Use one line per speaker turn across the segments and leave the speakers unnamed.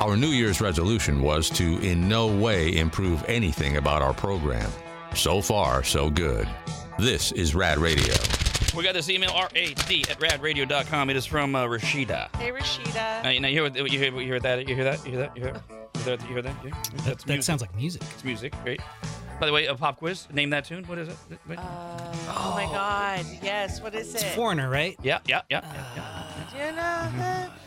Our New Year's resolution was to in no way improve anything about our program. So far, so good. This is Rad Radio.
We got this email, R-A-D at radradio.com. It is from uh, Rashida.
Hey, Rashida.
Now, you, know, you, hear what, you, hear, you hear that? You hear that? You hear that? You hear that? You hear that? You hear that? Yeah.
That, that
music.
sounds like music.
It's music, right? By the way, a pop quiz. Name that tune. What is it? Wait.
Oh my God. Yes. What is
It's
it?
foreigner, right?
yeah, yeah, yeah, yeah, yeah.
You know-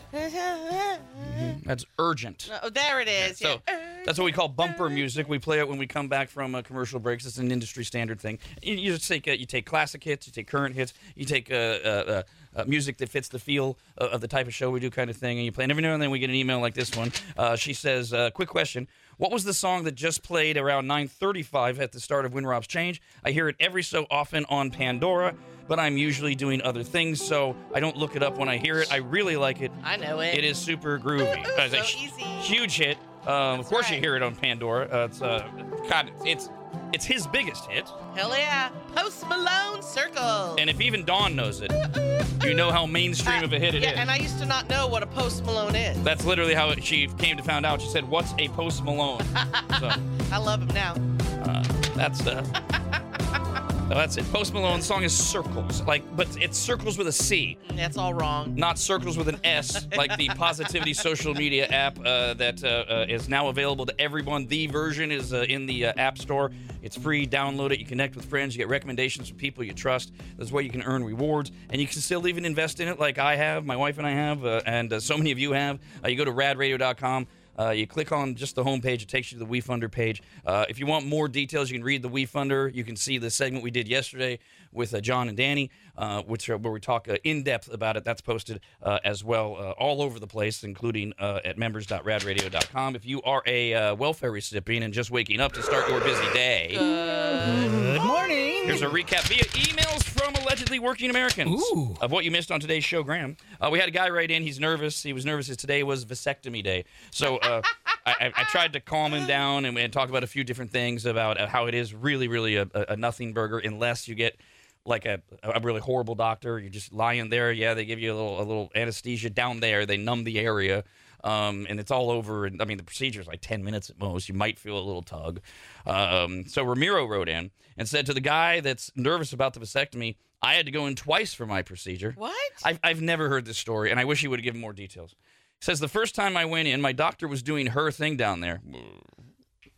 That's urgent.
Oh, there it is.
So
yeah.
that's what we call bumper music. We play it when we come back from uh, commercial breaks. It's an industry standard thing. You, you just take uh, you take classic hits, you take current hits, you take uh, uh, uh, uh, music that fits the feel of, of the type of show we do, kind of thing, and you play. And every now and then we get an email like this one. Uh, she says, uh, "Quick question: What was the song that just played around 9:35 at the start of When Rob's Change? I hear it every so often on Pandora." But I'm usually doing other things, so I don't look it up when I hear it. I really like it.
I know it.
It is super groovy.
So
It's a
easy.
Huge hit. Um, of course, you
right.
hear it on Pandora. Uh, it's uh, God, it's it's his biggest hit.
Hell yeah. Post Malone Circle.
And if even Dawn knows it, you know how mainstream of a hit it is.
yeah, and I used to not know what a Post Malone is.
That's literally how it, she came to find out. She said, "What's a Post Malone?" so
I love him now. Mm,
uh, that's uh, no, that's it. Post Malone's song is Circles, like, but it's Circles with a C.
That's all wrong.
not circles with an S, like the Positivity social media app uh, that uh, uh, is now available to everyone. The version is uh, in the uh, App Store. It's free. Download it. You connect with friends. You get recommendations from people you trust. That's where you can earn rewards, and you can still even invest in it, like I have, my wife and I have, uh, and uh, so many of you have. Uh, you go to RadRadio.com. Uh, you click on just the home page, it takes you to the WeFunder page. Uh, if you want more details, you can read the WeFunder. You can see the segment we did yesterday with uh, John and Danny, uh, which uh, where we talk uh, in depth about it. That's posted uh, as well uh, all over the place, including uh, at members.radradio.com. If you are a uh, welfare recipient and just waking up to start your busy day,
Good morning.
Here's a recap via emails from allegedly working Americans
Ooh.
of what you missed on today's show, Graham. Uh, we had a guy write in. He's nervous. He was nervous as today was vasectomy day. So uh, I, I- I tried to calm him down and, and talk about a few different things about uh, how it is really, really a, a a nothing burger unless you get like a, a really horrible doctor. You're just lying there. Yeah, they give you a little, a little anesthesia down there. They numb the area. Um, and it's all over. And I mean, the procedure is like 10 minutes at most. You might feel a little tug. Um, so Ramiro wrote in and said to the guy that's nervous about the vasectomy, I had to go in twice for my procedure.
What?
I've, I've never heard this story, and I wish he would have given more details. Says the first time I went in, my doctor was doing her thing down there.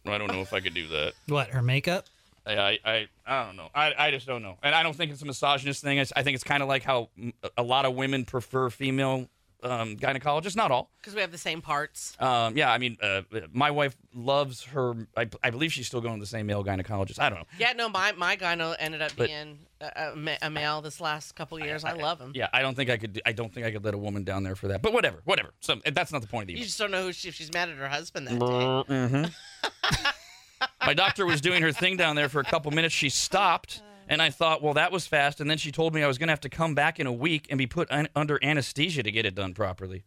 I don't know if I could do that.
What, her makeup?
I, I, I, I don't know. I, I just don't know. And I don't think it's a misogynist thing. I, s- I think it's kind of like how mm, a lot of women prefer female um, gynecologists. Not all.
Because we have the same parts.
Um, yeah, I mean, uh, my wife loves her. I, I believe she's still going to the same male gynecologist. I don't know.
Yeah, no, my, my gyno ended up
But-
being a, a ma- a male this last couple years. I, love him.
Yeah, I don't think I could. Do, I don't think I could let a woman down there for that. But whatever, whatever. So that's not the point of the
You
email.
just don't know who she, if she's mad at her husband that day.
My doctor was doing her thing down there for a couple minutes. She stopped, and I thought, well, that was fast. And then she told me I was going to have to come back in a week and be put un- under anesthesia to get it done properly.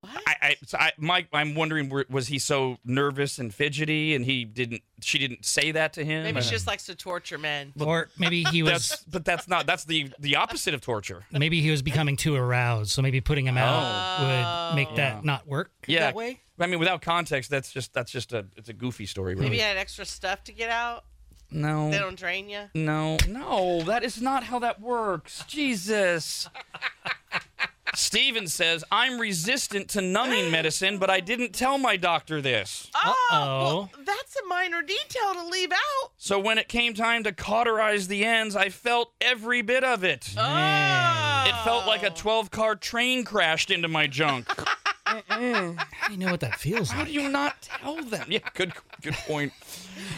What?
I, I, so I Mike, I'm wondering, were- was he so nervous and fidgety, and he didn't? She didn't say that to him.
Maybe
Uh,
she just likes to torture men.
Or maybe he
That's,
was
but that's not. That's the the opposite of torture.
maybe he was becoming too aroused, so maybe putting him out
Oh.
would make
Yeah.
that not work
Yeah.
that way.
I mean, without context, that's just that's just a it's a goofy story. Really.
Maybe you had extra stuff to get out.
no.
They don't drain you.
No, no, that is not how that works. Jesus. Steven says, I'm resistant to numbing medicine, but I didn't tell my doctor this.
Oh, well, that's a minor detail to leave out.
So when it came time to cauterize the ends, I felt every bit of it.
Oh.
It felt like a 12 car train crashed into my junk.
How do you know what that feels
How
like?
do you not tell them? Yeah, good good point.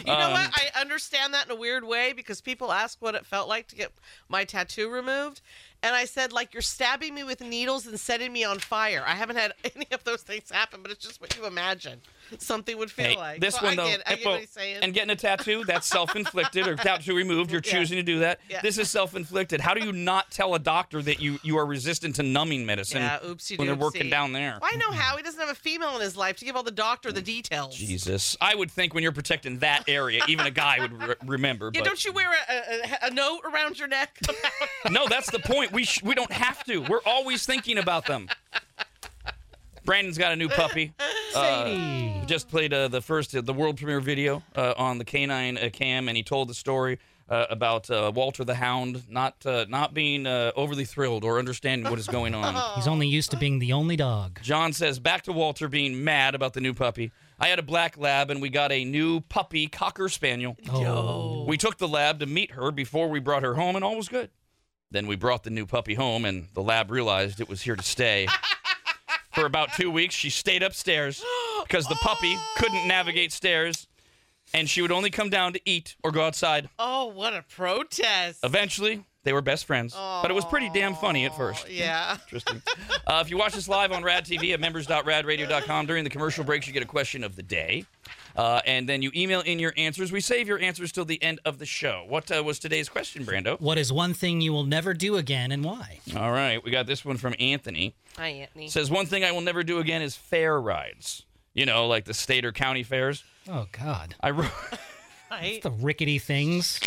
You
Um.
know what? I understand that in a weird way because people ask what it felt like to get my tattoo removed. And I said, like, you're stabbing me with needles and setting me on fire. I haven't had any of those things happen, but it's just what you imagine something would feel
Hey,
like.
this
So
one
I
though,
get, I
it-
get
well,
what he's saying.
and getting a tattoo that's self-inflicted or tattoo removed. You're
Yeah.
choosing to do that.
Yeah.
This is self-inflicted. How do you not tell a doctor that you you are resistant to numbing medicine
yeah, oopsie
when they're working down there? Oh,
Well, I know how he doesn't have a female in his life to give all the doctor the details.
Jesus, I would think when you're protecting that area, even a guy would re- remember.
Yeah,
but
don't you wear a, a, a- a note around your neck?
no, that's the point. We sh- we don't have to. We're always thinking about them. Brandon's got a new puppy.
Sadie.
just played uh, the first the world premiere video uh, on the canine uh, cam, and he told the story uh, about uh, Walter the Hound not uh, not being uh, overly thrilled or understanding what is going on.
Uh, He's only used to being the only dog.
John says back to Walter being mad about the new puppy. I had a black lab, and we got a new puppy cocker spaniel.
Oh.
We took the lab to meet her before we brought her home, and all was good. Then we brought the new puppy home, and the lab realized it was here to stay. For about two weeks, she stayed upstairs because the puppy couldn't navigate stairs, and she would only come down to eat or go outside.
Oh, what a protest.
Eventually, they were best friends, but it was pretty damn funny at first.
Yeah.
Interesting. Uh, if you watch this live on Rad TV at members.radradio.com during the commercial breaks, you get a question of the day. Uh, and then you email in your answers. We save your answers till the end of the show. What uh, was today's question, Brando?
What is one thing you will never do again and why?
All right, we got this one from Anthony.
Hi, Anthony.
Says one thing I will never do again is fair rides. You know, like the state or county fairs.
Oh, God.
I rode
Hi.
The rickety things.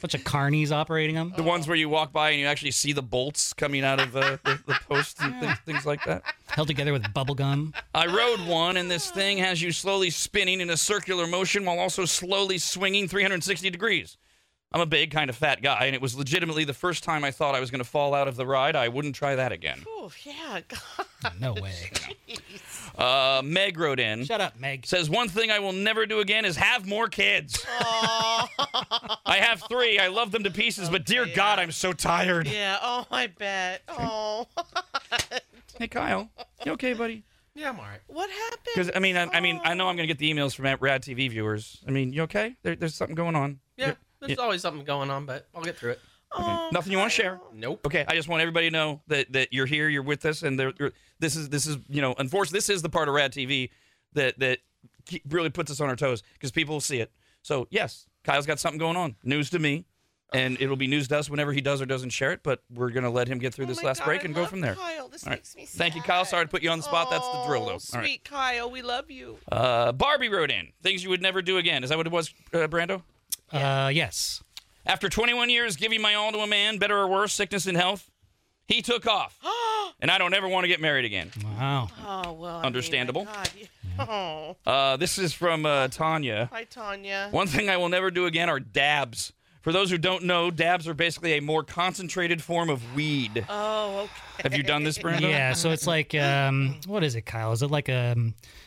Bunch of carnies operating them.
the ones where you walk by and you actually see the bolts coming out of uh, the, the posts and things, things like that.
Held together with bubble gum.
I rode one, and this thing has you slowly spinning in a circular motion while also slowly swinging 360 degrees. I'm a big, kind of fat guy, and it was legitimately the first time I thought I was going to fall out of the ride. I wouldn't try that again.
Oh, yeah. God.
No way.
Uh, Meg wrote in,
Shut up, Meg.
says, One thing I will never do again is have more kids. I have three. I love them to pieces, but dear God, I'm so tired.
Yeah. Oh, I bet. Oh.
Hey, Kyle. You okay, buddy?
Yeah, I'm all right.
what happened?
Because, I mean, I, I mean, I know I'm going to get the emails from Rad TV viewers. I mean, you okay? There, there's something going on.
Yeah, there's always something going on, but I'll get through it.
Oh,
Nothing you want to share?
Nope.
Okay, I just want everybody to know that that you're here, you're with us, and there- you're- this is this is you know, unfortunately, this is the part of Rad TV that that ke- really puts us on our toes because people will see it. So yes, Kyle's got something going on, news to me, and it'll be news to us whenever he does or doesn't share it. But we're gonna let him get through
oh
this
my
last
God,
break
I
and go
love
from there.
Kyle, this
All right.
makes me
Thank you, Kyle.
sad.
Sorry to put you on the spot. That's the drill,
Oh,
though. All
Sweet
right.
Kyle, we love you.
Uh, Barbie wrote in things you would never do again. Is that what it was, uh, Brando?
Uh, yes.
After 21 years giving my all to a man, better or worse, sickness and health, he took off. and I don't ever want to get married again.
Wow.
Oh well, I mean, my
Understandable.
God, you- Oh,
Uh, this is from uh, Tanya.
hi Tanya.
One thing I will never do again are dabs. For those who don't know, dabs are basically a more concentrated form of weed.
Oh, okay.
Have you done this, Brenda?
Yeah, so it's like um, what is it, Kyle? Is it like a?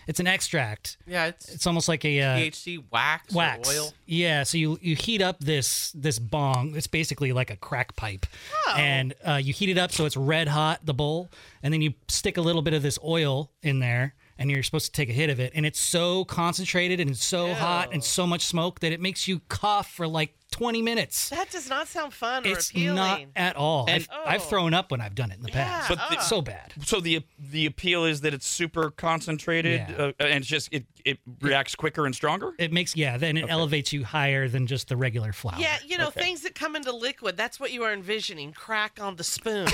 It's an extract.
Yeah, it's
It's almost like a uh,
THC wax,
wax.
or oil.
Yeah, so you you heat up this this bong. It's basically like a crack pipe,
Oh.
and uh, you heat it up so it's red hot the bowl, and then you stick a little bit of this oil in there. And you're supposed to take a hit of it, and it's so concentrated and so hot and so much smoke that it makes you cough for like 20 minutes.
That does not sound fun or
It's
appealing.
not at all. I've, I've
Oh.
thrown up when I've done it in the past.
But the-
it's
oh.
so bad.
So the the appeal is that it's super concentrated
Yeah.
uh, and it's just it, it reacts quicker and stronger.
It makes yeah. Then it elevates you higher than just the regular flour.
yeah, you know things that come into liquid. That's what you are envisioning. Crack on the spoon.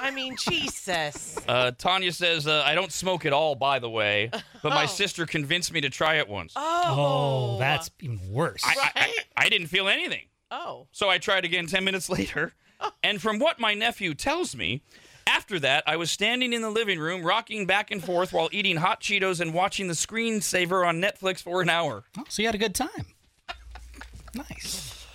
I mean, Jesus.
Uh, Tanya says uh, I don't smoke at all, by the way, but my sister convinced me to try it once.
Oh,
Oh, that's even worse.
I, I- I,
right?
I didn't feel anything.
oh.
So I tried again 10 minutes later. And from what my nephew tells me, after that, I was standing in the living room, rocking back and forth while eating hot Cheetos and watching the screensaver on Netflix for an hour.
Oh, so you had a good time. Nice.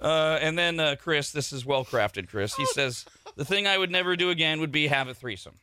Uh, and then uh, Chris, this is well crafted, Chris. He says, The thing I would never do again would be have a threesome.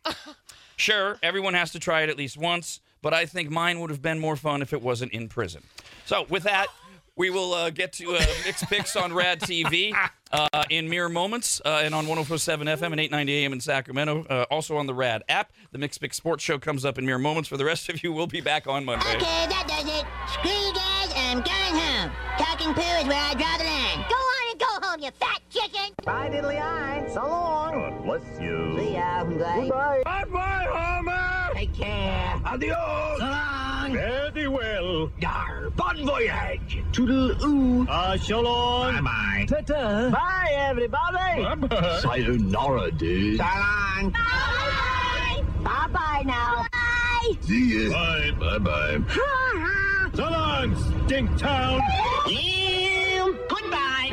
Sure, everyone has to try it at least once, but I think mine would have been more fun if it wasn't in prison. So, with that, we will uh, get to uh, Mixed Picks on Rad TV uh, in mere moments uh, and on 1047 FM and 890 AM in Sacramento. Uh, also on the Rad app. The Mixed Picks Sports Show comes up in mere moments. For the rest of you, we'll be back on Monday.
Okay, that does it. Screw you guys, and I'm going home. Talking poo is where I draw the line. Go on and go home, you fat chicken.
Bye, diddly eye. So long. God bless you.
See ya, Goodbye.
Bye, Homer.
Take care.
Adios.
So long.
Very well.
Dar.
Bon voyage.
Toodle-oo.
Ah, so long. Bye-bye.
Ta-ta. Bye, everybody.
Bye-bye. Sayonara, dude.
So long. Bye. Bye-bye now. Bye.
See ya. Bye. Bye-bye.
Ha-ha.
So long, stink town.
You. Goodbye.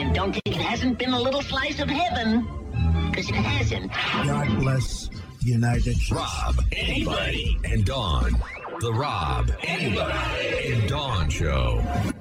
And don't think it hasn't been a little slice of heaven, 'cause it hasn't.
God bless
United States.
Rob, anybody, and Dawn. The Rob, anybody, and Dawn Show.